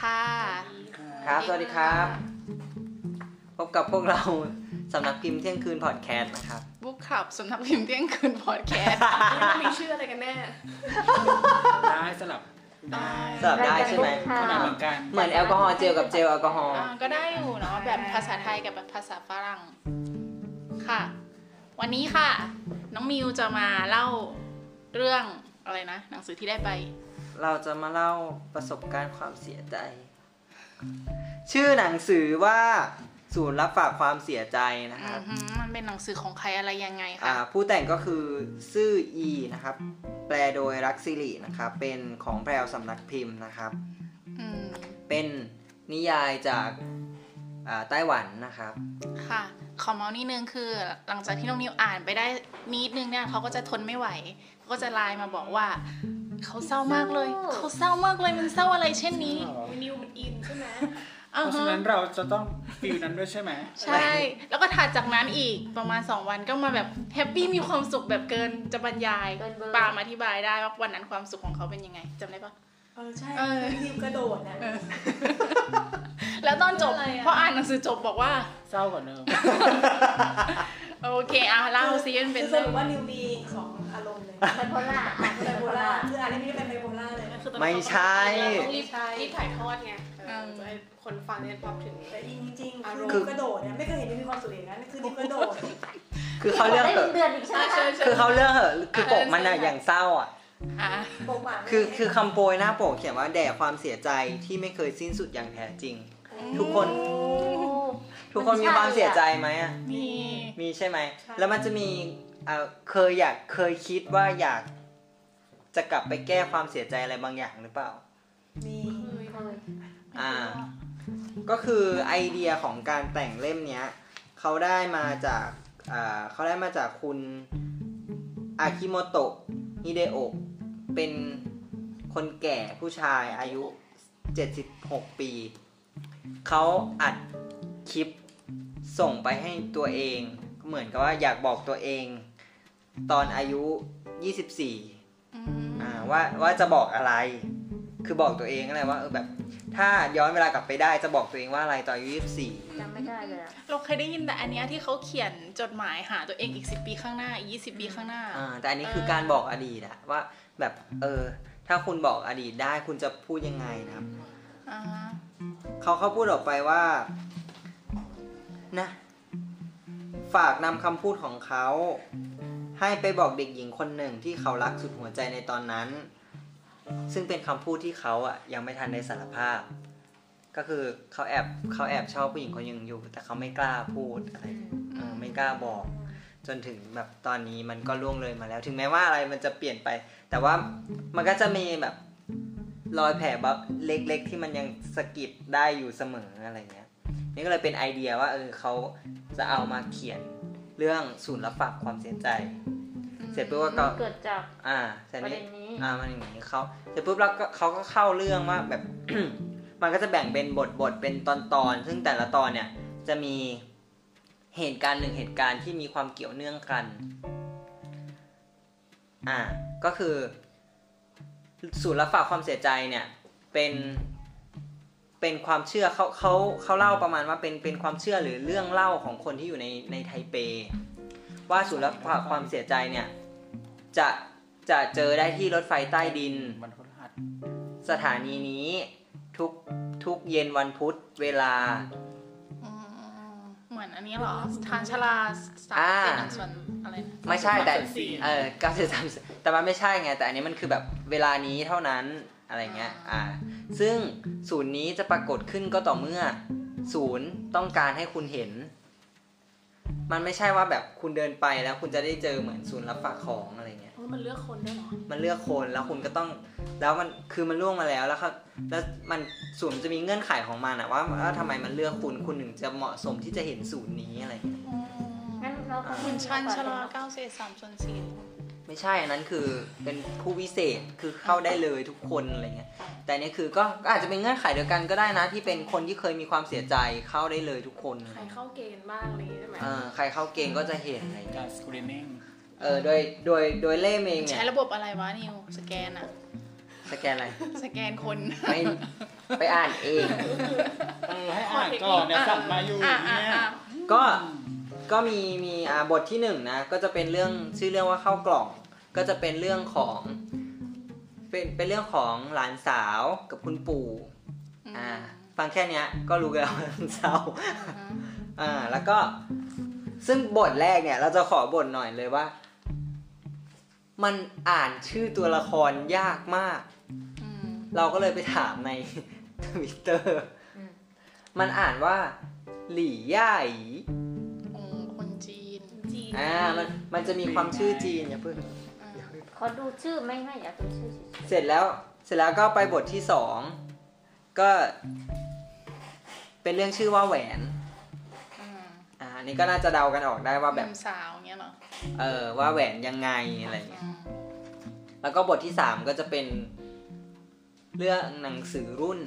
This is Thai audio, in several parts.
ค่ะ ครับ สวัสดีครับ พบกับพวกเราสำนักพิมพ์เที่ยงคืนพอดแคสต์นะครับ บุ๊กขับสำนักพิมพ์เที่ยงคืนพอดแคสต์ มันมีชื่ออะไรกันแน่ ได้สลับได้ สลับได้ใช่ไหม ก็ได้เหมือนกัน เหมือนแอลกอฮอล์เจลกับเจลแอลกอฮอล์ อ่าก็ได้อยู่เนาะแบบภาษาไทยกับแบบภาษาฝรั่งค่ะ วันนี้ค่ะ น้องมิวจะมาเล่าเรื่องอะไรนะ หนังสือที่ได้ไป เราจะมาเล่าประสบการณ์ความเสียใจ ชื่อหนังสือว่าศูนย์รับฝากความเสียใจนะค อื รับ อหือมันเป็นหนังสือของใครอะไรยังไง อ่า คะ ผู้แต่งก็คือซื่ออีนะครับ แปลโดยรักสิรินะครับ เป็นของแพรวสำนักพิมพ์นะครับ อืม เป็นนิยายจากอ่าไต้หวันนะครับ ค่ะขอเมาส์นิดนึงคือ หลังจากที่น้องนิวอ่านไปได้นิดนึงเนี่ยเขาก็จะทนไม่ไหวเขาก็จะไลน์มาบอกว่าเขาเศร้ามากเลยเขาเศร้ามากเลยมันเศร้าอะไรเช่นนี้ วินิวมันอินใช่ไหม เพ อ่า ราะ ฮะ ฉะนั้นเราจะต้องฟิลนั้นด้วยใช่ไหม ใช่ แล้วก็ถัดจากนั้นอีกประมาณ 2 วันก็มาแบบแฮปปี้มีความสุขแบบเกินจะบรรยาย เกินเบอร์ ปาล์มอธิบายได้ว่าวันนั้นความสุขของเขาเป็นยังไงจำได้ปะ เออใช่ เออ วินิวกระโดดนะ แล้วตอนจบ อะไรอะ พออ่านหนังสือจบบอกว่า เศร้ากว่าเดิม โอเคเอาเล่าซิมันเป็น ส เรื่อง รุปว่านิวมีสองอารมณ์เลย ไบโพล่าอ่ะ ไบโพล่าคืออะไรไม่ได้เป็นไบโพล่าเลยนะ ไม่ใช่ ต้องรีบรีบถ่ายทอดไงเออจะให้คนฟังเนี่ยรับถึง แต่อินจริงๆ อา คื ร อ มณ์ นิวกระโดดเนี่ยไม่เคยเห็นนิวมีความสุขอย่างนั้นคือนิวกระโดด คือเขาเลือก ได้ เถอะเป็นเดือนอีกใช่ไหมคะ คือเขาเลือกเหอะคือปกมันอะอย่างเศร้าอ่ะ อ่ะ ปกหมาไม่ คือคือคำโปรยหน้าปกเขียนว่าแด่ความเสียใจที่ไม่เคยสิ้นสุดอย่างแท้จริง ทุกคน ทุกคนมีความเสียใจไหมอะ มี มีใช่ไหม แล้วมันจะมีเอ่อเคยอยากเคยคิดว่าอยากจะกลับไปแก้ความเสียใจอะไรบางอย่างหรือเปล่า มี อ่า ก็คือไอเดียของการแต่งเล่มเนี้ยเขาได้มาจากอ่าเขาได้มาจากคุณอากิโมโตะฮิเดโอะเป็นคนแก่ผู้ชายอายุ 76 ปี เขาอัดคลิปส่งไปให้ตัวเอง เหมือนกับว่าอยากบอกตัวเอง ตอนอายุ 24 อืม อ่าว่าว่าจะบอกอะไร คือบอกตัวเองอะไรว่าเออแบบ ถ้าย้อนเวลากลับไปได้จะบอกตัวเองว่าอะไรตอนอายุยี่สิบสี่ จำไม่ได้เลยอะ เราเคยได้ยินแต่อันเนี้ยที่เขาเขียนจดหมายหาตัวเองอีก 10 ปีข้างหน้าอีกยีปีข้างหน้า อ่าแต่อันนี้คือการบอกอดีตอะว่าแบบเออ ถ้าคุณบอกอดีตได้คุณจะพูดยังไงนะครับ อ่า เขาเขาพูดออกไปว่านะ ฝากนำคำพูดของเขา ให้ไปบอกเด็กหญิงคนหนึ่งที่เขารักสุดหัวใจในตอนนั้น ซึ่งเป็นคำพูดที่เขาอ่ะยังไม่ทันได้สารภาพ ก็คือเขาแอบเขาแอบชอบผู้หญิงคนหนึ่งอยู่ แต่เขาไม่กล้าพูดอะไรเออไม่กล้าบอก จนถึงแบบตอนนี้มันก็ล่วงเลยมาแล้ว ถึงแม้ว่าอะไรมันจะเปลี่ยนไป แต่ว่ามันก็จะมีแบบ รอยแผลแบบเล็กๆ ที่มันยังสะกิดได้อยู่เสมออะไรเงี้ย นี่ก็เลยเป็นไอเดียว่าเออเขาจะเอามาเขียนเรื่องศูนย์รับฝากความเสียใจ เสร็จปุ๊บก็ก็ เกิดจาก อ่าเสร็จ ประเด็ นี้ นนี้ อ่ามันอย่างนี้เขาเสร็จปุ๊บแล้วก็เขาก็เข้าเรื่องว่าแบบ มันก็จะแบ่งเป็นบทบทเป็นตอนตอนๆซึ่งแต่ละตอนเนี่ยจะมีเหตุการณ์หนึ่งเหตุการณ์ที่มีความเกี่ยวเนื่องกัน อ่าก็คือ ศูนย์รับฝากความเสียใจเนี่ยเป็นเป็นความเชื่อเขาเขาเขาเล่าประมาณว่าเป็นเป็นความเชื่อหรือเรื่องเล่าของคนที่อยู่ในในไทเป ว่าศูนย์รับฝากความเสียใจเนี่ยจะจะเจอได้ที่รถไฟใต้ดิน มันพลาด สถานีนี้ทุกทุกเย็นวันพุธเวลา อืมเหมือนอันนี้เหรอทานชลาสาม อ่า สิบหนึ่งส่วนอะไรนะ ไม่ใช่แต่เออเก้าสิบสามแต่มันไม่ใช่ไงแต่อันนี้มันคือแบบเวลานี้เท่านั้นอะไรเงี้ยอ่าซึ่งศูนย์นี้จะปรากฏขึ้นก็ต่อเมื่อ ศูนย์ต้องการให้คุณเห็น มันไม่ใช่ว่าแบบคุณเดินไปแล้วคุณจะได้เจอเหมือนศูนย์รับฝากของอะไรเงี้ย มันเลือกคนได้หรอ มันเลือกคนแล้วคุณก็ต้องแล้วมันคือมันล่วงมาแล้วแล้วครับแล้วมันศูนย์จะมีเงื่อนไขของมันอะว่าว่าทำไมมันเลือกคุณคุณถึงจะเหมาะสมที่จะเห็นศูนย์นี้อะไรเงี้ย งั้นเราก็ คุณชันชะลอ ก็ เก้าเศษสามส่วนสี่ ไม่ใช่อันนั้นคือเป็นผู้วิเศษคือเข้าได้เลยทุกคนอะไรเงี้ยแต่เนี่ยคือก็ก็อาจจะเป็นเงื่อนไขเดียวกันก็ได้นะที่เป็นคนที่เคยมีความเสียใจเข้าได้เลยทุกคน ใครเข้าเกณฑ์บ้างอะไรอย่างงี้ใช่ไหม เออใครเข้าเกณฑ์ก็จะเห็นอะไรเงี้ย การสกรีนนิ่ง เออโดยโดยโดยเล่มเองเนี่ ใช้ ย ระบบอะไรวะนิว สแกนอะ สแกนอะไร สแกนคน ไม่ ไปอ่านเอง เออให้อ่านก่อนเนี่ยสั่งมาอยู่ อ่ะ เนี่ อ่ะ ย อ่ะ ก็ก็มีมีอ่าบทที่หนึ่งนะ ก็จะเป็นเรื่องชื่อเรื่องว่าเข้ากล่อง ก็จะเป็นเรื่องของเป็นเป็นเรื่องของหลานสาวกับคุณปู่อ่าฟังแค่เนี้ยก็รู้แล้วว่ามันเศร้า อืม อ่าแล้วก็ซึ่งบทแรกเนี่ย เราจะขอบทหน่อยเลยว่า มันอ่านชื่อตัวละครยากมาก อืม เราก็เลยไปถามใน ทวิตเตอร์ อืม มันอ่านว่า หลี่ย่าหยี องค์คนจีน จีน อ่ามันมันจะมีความชื่อจีนอย่าเพิ่ง อ่า อย่าเพิ่ง ขอดูชื่อไม่ไม่อยากดูชื่อเฉย เสร็จแล้วเสร็จแล้วก็ไปบทที่สองก็ เป็นเรื่องชื่อว่าแหวน อืม อ่าอันนี้ก็น่าจะเดากันออกได้ว่าแบบ หนุ่มสาวเงี้ยเหรอ เออว่าแหวนยังไงอะไรอย่างเงี้ย อืม แล้วก็บทที่สามก็จะเป็นเรื่องหนังสือรุ่น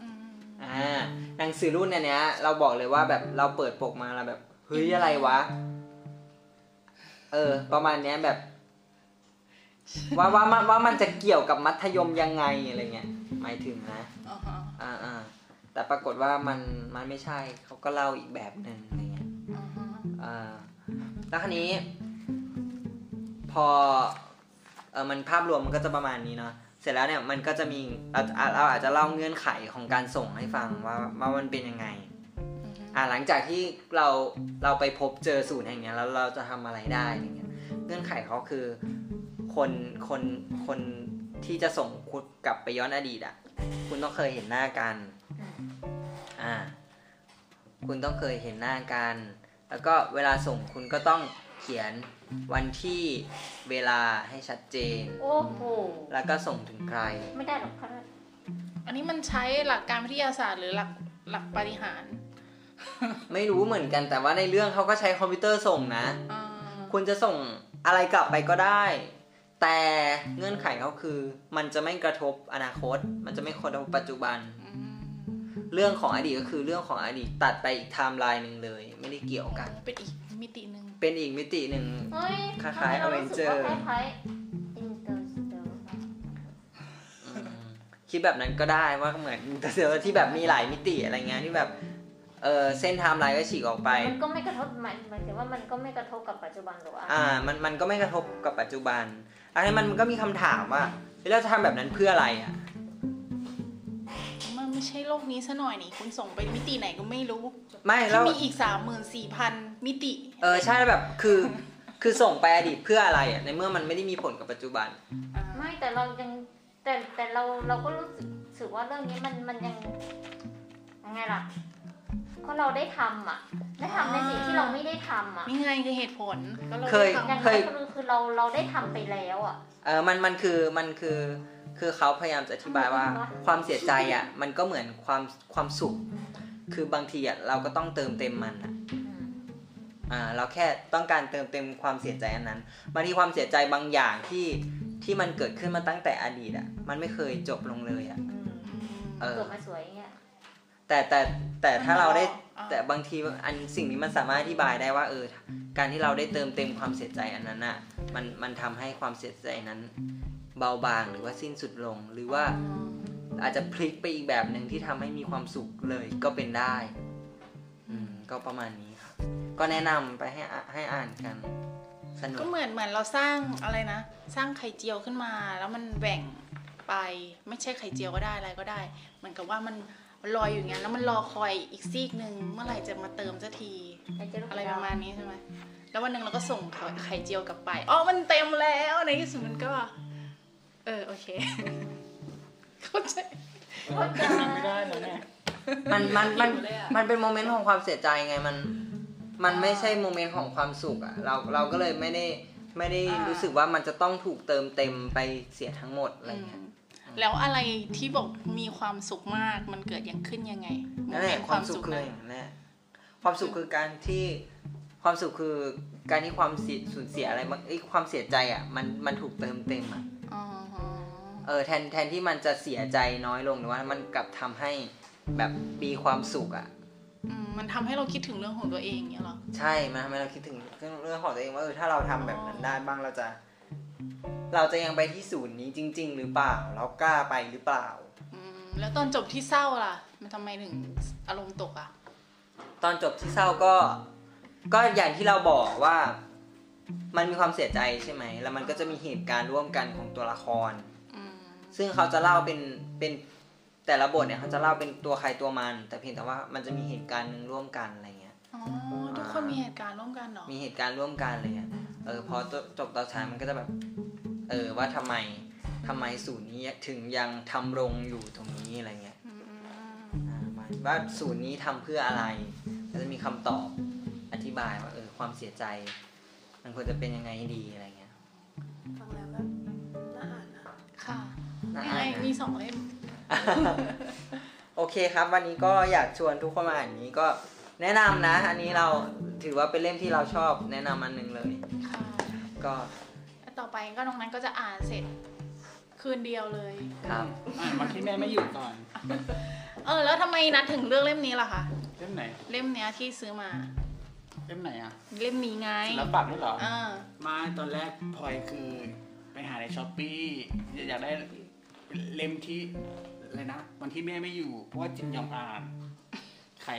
อืม อ่า หนังสือรุ่นอันเนี้ย เราบอกเลยว่าแบบเราเปิดปกมาเราแบบเฮ้ยอะไรวะ เออ ประมาณเนี้ย แบบ ว่าว่ามันว่ามันจะเกี่ยวกับมัธยมยังไงอะไรเงี้ยหมายถึงนะ อ๋อฮะ อ่าอ่าแต่ปรากฏว่ามันมันไม่ใช่เขาก็เล่าอีกแบบหนึ่งอะไรเงี้ย อ๋อฮะ อ่าแล้วคราวนี้ พอเออมันภาพรวมมันก็จะประมาณนี้เนาะเสร็จแล้วเนี่ยมันก็จะมีเราอ่ะเราอาจจะเล่าเงื่อนไขของการส่งให้ฟังว่าว่ามันเป็นยังไง อืม อ่าหลังจากที่เราเราไปพบเจอศูนย์แห่งเนี้ยแล้วเราจะทำอะไรได้อย่างเงี้ยเงื่อนไขเขาคือคนคนคนที่จะส่งคุณกลับไปย้อนอดีตอ่ะ คุณต้องเคยเห็นหน้ากัน อ่า คุณต้องเคยเห็นหน้ากัน แล้วก็เวลาส่งคุณก็ต้องเขียนวันที่เวลาให้ชัดเจน ๆโอ้โห แล้วก็ส่งถึงใคร ไม่ได้หรอกครับ อันนี้มันใช้หลักการวิทยาศาสตร์หรือหลักหลักปฏิหารย์ ไม่รู้เหมือนกันแต่ว่าในเรื่องเขาก็ใช้คอมพิวเตอร์ส่งนะ อ่า คุณจะส่งอะไรกลับไปก็ได้ แต่เงื่อนไขเขาคือ มันจะไม่กระทบอนาคต มันจะไม่กระทบปัจจุบัน อืม เรื่องของอดีตก็คือเรื่องของอดีตตัดไปอีกไทม์ไลน์หนึ่งเลย ไม่ได้เกี่ยวกัน เป็นอีกมิติหนึ่ง เป็นอีกมิติหนึ่ง เฮ้ย คล้ายๆ ทำไมสึก Avenger ว่าคล้ายๆอินเตอร์สเตล อืมคิดแบบนั้นก็ได้ว่าเหมือนแต่เสือที่แบบมีหลายมิติอะไรเงี้ยที่แบบเออเส้นไทม์ไลน์ก็ฉีกออกไป มันก็ไม่กระทบหมายหมายถึงว่ามันก็ไม่กระทบกับปัจจุบันหรอกอ่ะ อ่ามันมันก็ไม่กระทบกับปัจจุบันอันนี้มันก็มีคำถามว่าเฮ้ยเราจะทำแบบนั้นเพื่ออะไรอ่ะ มันไม่ใช่โลกนี้ซะหน่อยนี่ คุณส่งไปมิติไหนก็ไม่รู้ ไม่ ที่ แล้ว มีอีกสามหมื่นสี่พันมิติ เออใช่แบบคือคือส่งไปอดีตเพื่ออะไรอ่ะในเมื่อมันไม่ได้มีผลกับปัจจุบัน ไม่แต่เรายังแต่แต่เราเราก็รู้สึกสึกว่าเรื่องนี้มันมันยังยังไงล่ะก็เราได้ทำอ่ะ ได้ทำในสิ่งที่เราไม่ได้ทำอ่ะ นี่ไงคือเหตุผลก็รา เคย ได้ฟัง อย่างนั้นก็คือคือเราเราได้ทำไปแล้วอ่ะ เออมันมันคือมันคือคือเขาพยายามจะอธิบายว่า ความเสียใจอ่ะมันก็เหมือนความความสุข คือบางทีอ่ะเราก็ต้องเติมเต็มมันอ่ะ อ่าเราแค่ต้องการเติมเต็มความเสียใจอันนั้นบางทีความเสียใจบางอย่างที่ที่มันเกิดขึ้นมาตั้งแต่อดีตอ่ะมันไม่เคยจบลงเลยอ่ะ เออ เกิดมาสวยอย่างเงี้ย แต่แต่แต่ถ้าเราได้ อ่า แต่บางทีอันสิ่งนี้มันสามารถอธิบายได้ว่าเออการที่เราได้เติมเต็มความเสียใจอันนั้นอ่ะมันมันทำให้ความเสียใจนั้นเบาบางหรือว่าสิ้นสุดลง หรือว่าอาจจะพลิกไปอีกแบบหนึ่งที่ทำให้มีความสุขเลยก็เป็นได้ อืมก็ประมาณนี้ครับก็แนะนำไปให้อ่ะให้อ่านกันสนุก ก็เหมือนเหมือนเราสร้างอะไรนะ สร้างไข่เจียวขึ้นมา แล้วมันแบ่งไปไม่ใช่ไข่เจียวก็ได้อะไรก็ได้ เหมือนกับว่ามันลอยอยูอย่างนั้นแล้วมันรอคอยอีกซีกหนึ่งเมื่อไหร่จะมาเติมสักที อะไรประมาณนี้ใช่ไหมแล้ววันหนึ่งเราก็ส่งไข่ไข่เจียวกลับไปอ๋อมันเต็มแล้วในที่สุดมันก็ เออโอเค เข้าใจ เข้าใจ ไม่ได้แล้วเนี่ย มันมันมัน เลยอะ มันเป็นโมเมนต์ของความเสียใจไงมัน มันไม่ใช่โมเมนต์ของความสุขอ่ะเราเราก็เลยไม่ได้ไม่ได้ อ่ารู้ รู้สึกว่ามันจะต้องถูกเติมเต็มไปเสียทั้งหมดอะไรเงี้ย แล้วอะไรที่บอกมีความสุขมากมันเกิดยังขึ้นยังไง นั่นแหละ เป็ ความสุขคือ นะ อย่างนั้นแหละความสุขคือการที่ความสุขคือการที่ความเสียสูญเสียอะไรบางเอ้ยความเสียใจอ่ะมันมันถูกเติมเต็มอ่ะ อ๋อฮะ เออแทนแทนที่มันจะเสียใจน้อยลงหรือว่ามันกลับทำให้แบบมีความสุขอ่ะ อืมมันทำให้เราคิดถึงเรื่องของตัวเองเนี้ยเหรอ ใช่มันทำให้เราคิดถึงเรื่องเรื่องของตัวเองว่าเออถ้าเราทำแบบนั้นได้บ้างเราจะ เราจะยังไปที่ศูนย์นี้จริง ๆ หรือเปล่า เรากล้าไปหรือเปล่า อืม แล้วตอนจบที่เศร้าล่ะ มันทำไมถึงอารมณ์ตกอ่ะ ตอนจบที่เศร้าก็ ก็อย่างที่เราบอกว่ามันมีความเสียใจใช่ไหม แล้วมันก็จะมีเหตุการณ์ร่วมกันของตัวละคร อืม ซึ่งเขาจะเล่าเป็นเป็นแต่ละบทเนี่ยเขาจะเล่าเป็นตัวใครตัวมัน แต่เพียงแต่ว่ามันจะมีเหตุการณ์หนึ่งร่วมกันอะไรเงี้ย อ๋อ ทุกคนมีเหตุการณ์ร่วมกันเหรอ มีเหตุการณ์ร่วมกันอะไรเงี้ย เออพอจบตอนท้ายมันก็จะแบบ เออว่าทำไมทำไมศูนย์นี้ถึงยังทำรงอยู่ตรงนี้อะไรเงี้ย อืมอืมอืม อ่าว่าว่าศูนย์นี้ทำเพื่ออะไรก็จะมีคำตอบอธิบายว่าเออความเสียใจ มันควรจะเป็นยังไงดีอะไรเงี้ย ฟังแล้วก็น่าอ่านนะ ค่ะ น่า ยัง อ่า ไง นนะ มีสองเล่ม โอเคครับ วันนี้ก็อยากชวนทุกคนมาอ่านนี้ก็แนะนำนะ อันนี้เราถือว่าเป็นเล่มที่เราชอบแนะนำอันหนึ่งเลย ค่ะ ก็ แล้วต่อไปก็น้องนั้นก็จะอ่านเสร็จคืนเดียวเลย ครับ อ่านมาที่แม่ไม่อยู่ก่อน เออ แล้วทำไมนัดถึงเลือกเล่มนี้ล่ะคะ เล่มไหน เล่มเนี้ยที่ซื้อมา เล่มไหนอ่ะ เล่มนี้ไง ศิลปะด้วยเหรอ เออ มาตอนแรกพลอยคือไปหาในช้อปปี้อยากได้เล่มที่อะไรนะวันที่แม่ไม่อยู่ เพราะว่าจินยองอ่าน ใคร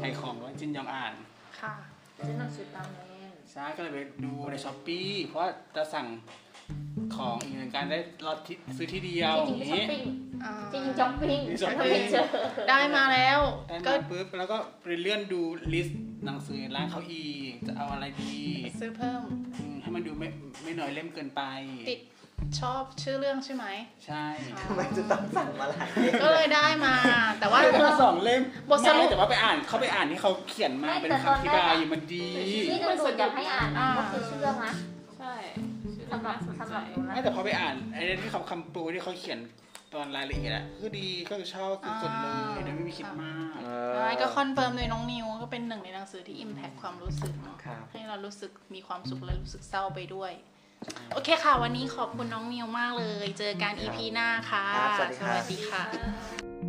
ใครของว่าจินยองอ่าน ค่ะ ซื้อหนังสือตามเล่ม ใช่ก็เลยไปดูในช้อปปี้เพราะว่าจะสั่งของอีกหนึ่งการได้รอดที่ซื้อที่เดียว จ อ ริง ย่างๆไปช้อ นี้ ปปิ้ง อ่า จริงๆช้อปปิ้ง ช้อปปิ้ง ไม่เจอ ได้มาแล้ว ได้ ก็ มาปุ๊บแล้วก็ไปเลื่อนดูลิสต์หนังสือร้านเขาอีกจะเอาอะไรดี ซื้อเพิ่ม อืมให้มันดูไม่ไม่น้อยเล่มเกินไป ติดชอบชื่อเรื่องใช่ไหม ใช่ มันจะต้องสั่งมาหลายเล่ม ก็เลยได้มา แต่ว่า ได้มาสองเล่ม บทสรุป ไม่แต่ว่าไปอ่านเขาไปอ่านที่เขาเขียนมา ไม่ เป็น แต่ต คำ อ อน ธิ แรก บาย อะ มันดี ที่ดูดูดอยากให้อ่าน อ่า ก็คือเชื่อมะ ใช่ชื่อ สำหรั น่า บ สน สำ ใจ หรับหนูนะ ไม่แต่พอไปอ่านไอ้ที่คำคำโปรที่เขาเขียนตอนรายละเอียดอะคือดีก็คือชอบคือสดเลยโดยไม่มีคิดมาก ได้ก็คอนเฟิร์มโดยน้องนิวก็เป็นหนึ่งในหนังสือที่ Impact ความรู้สึกเนาะ ครับ ให้เรารู้สึกมีความสุขและรู้สึกเศร้าไปด้วย โอเคค่ะ วันนี้ขอบคุณน้องนิวมากเลย เจอกัน EP หน้าค่ะ ครับสวัสดี ส ครับ วัสดีค่ะ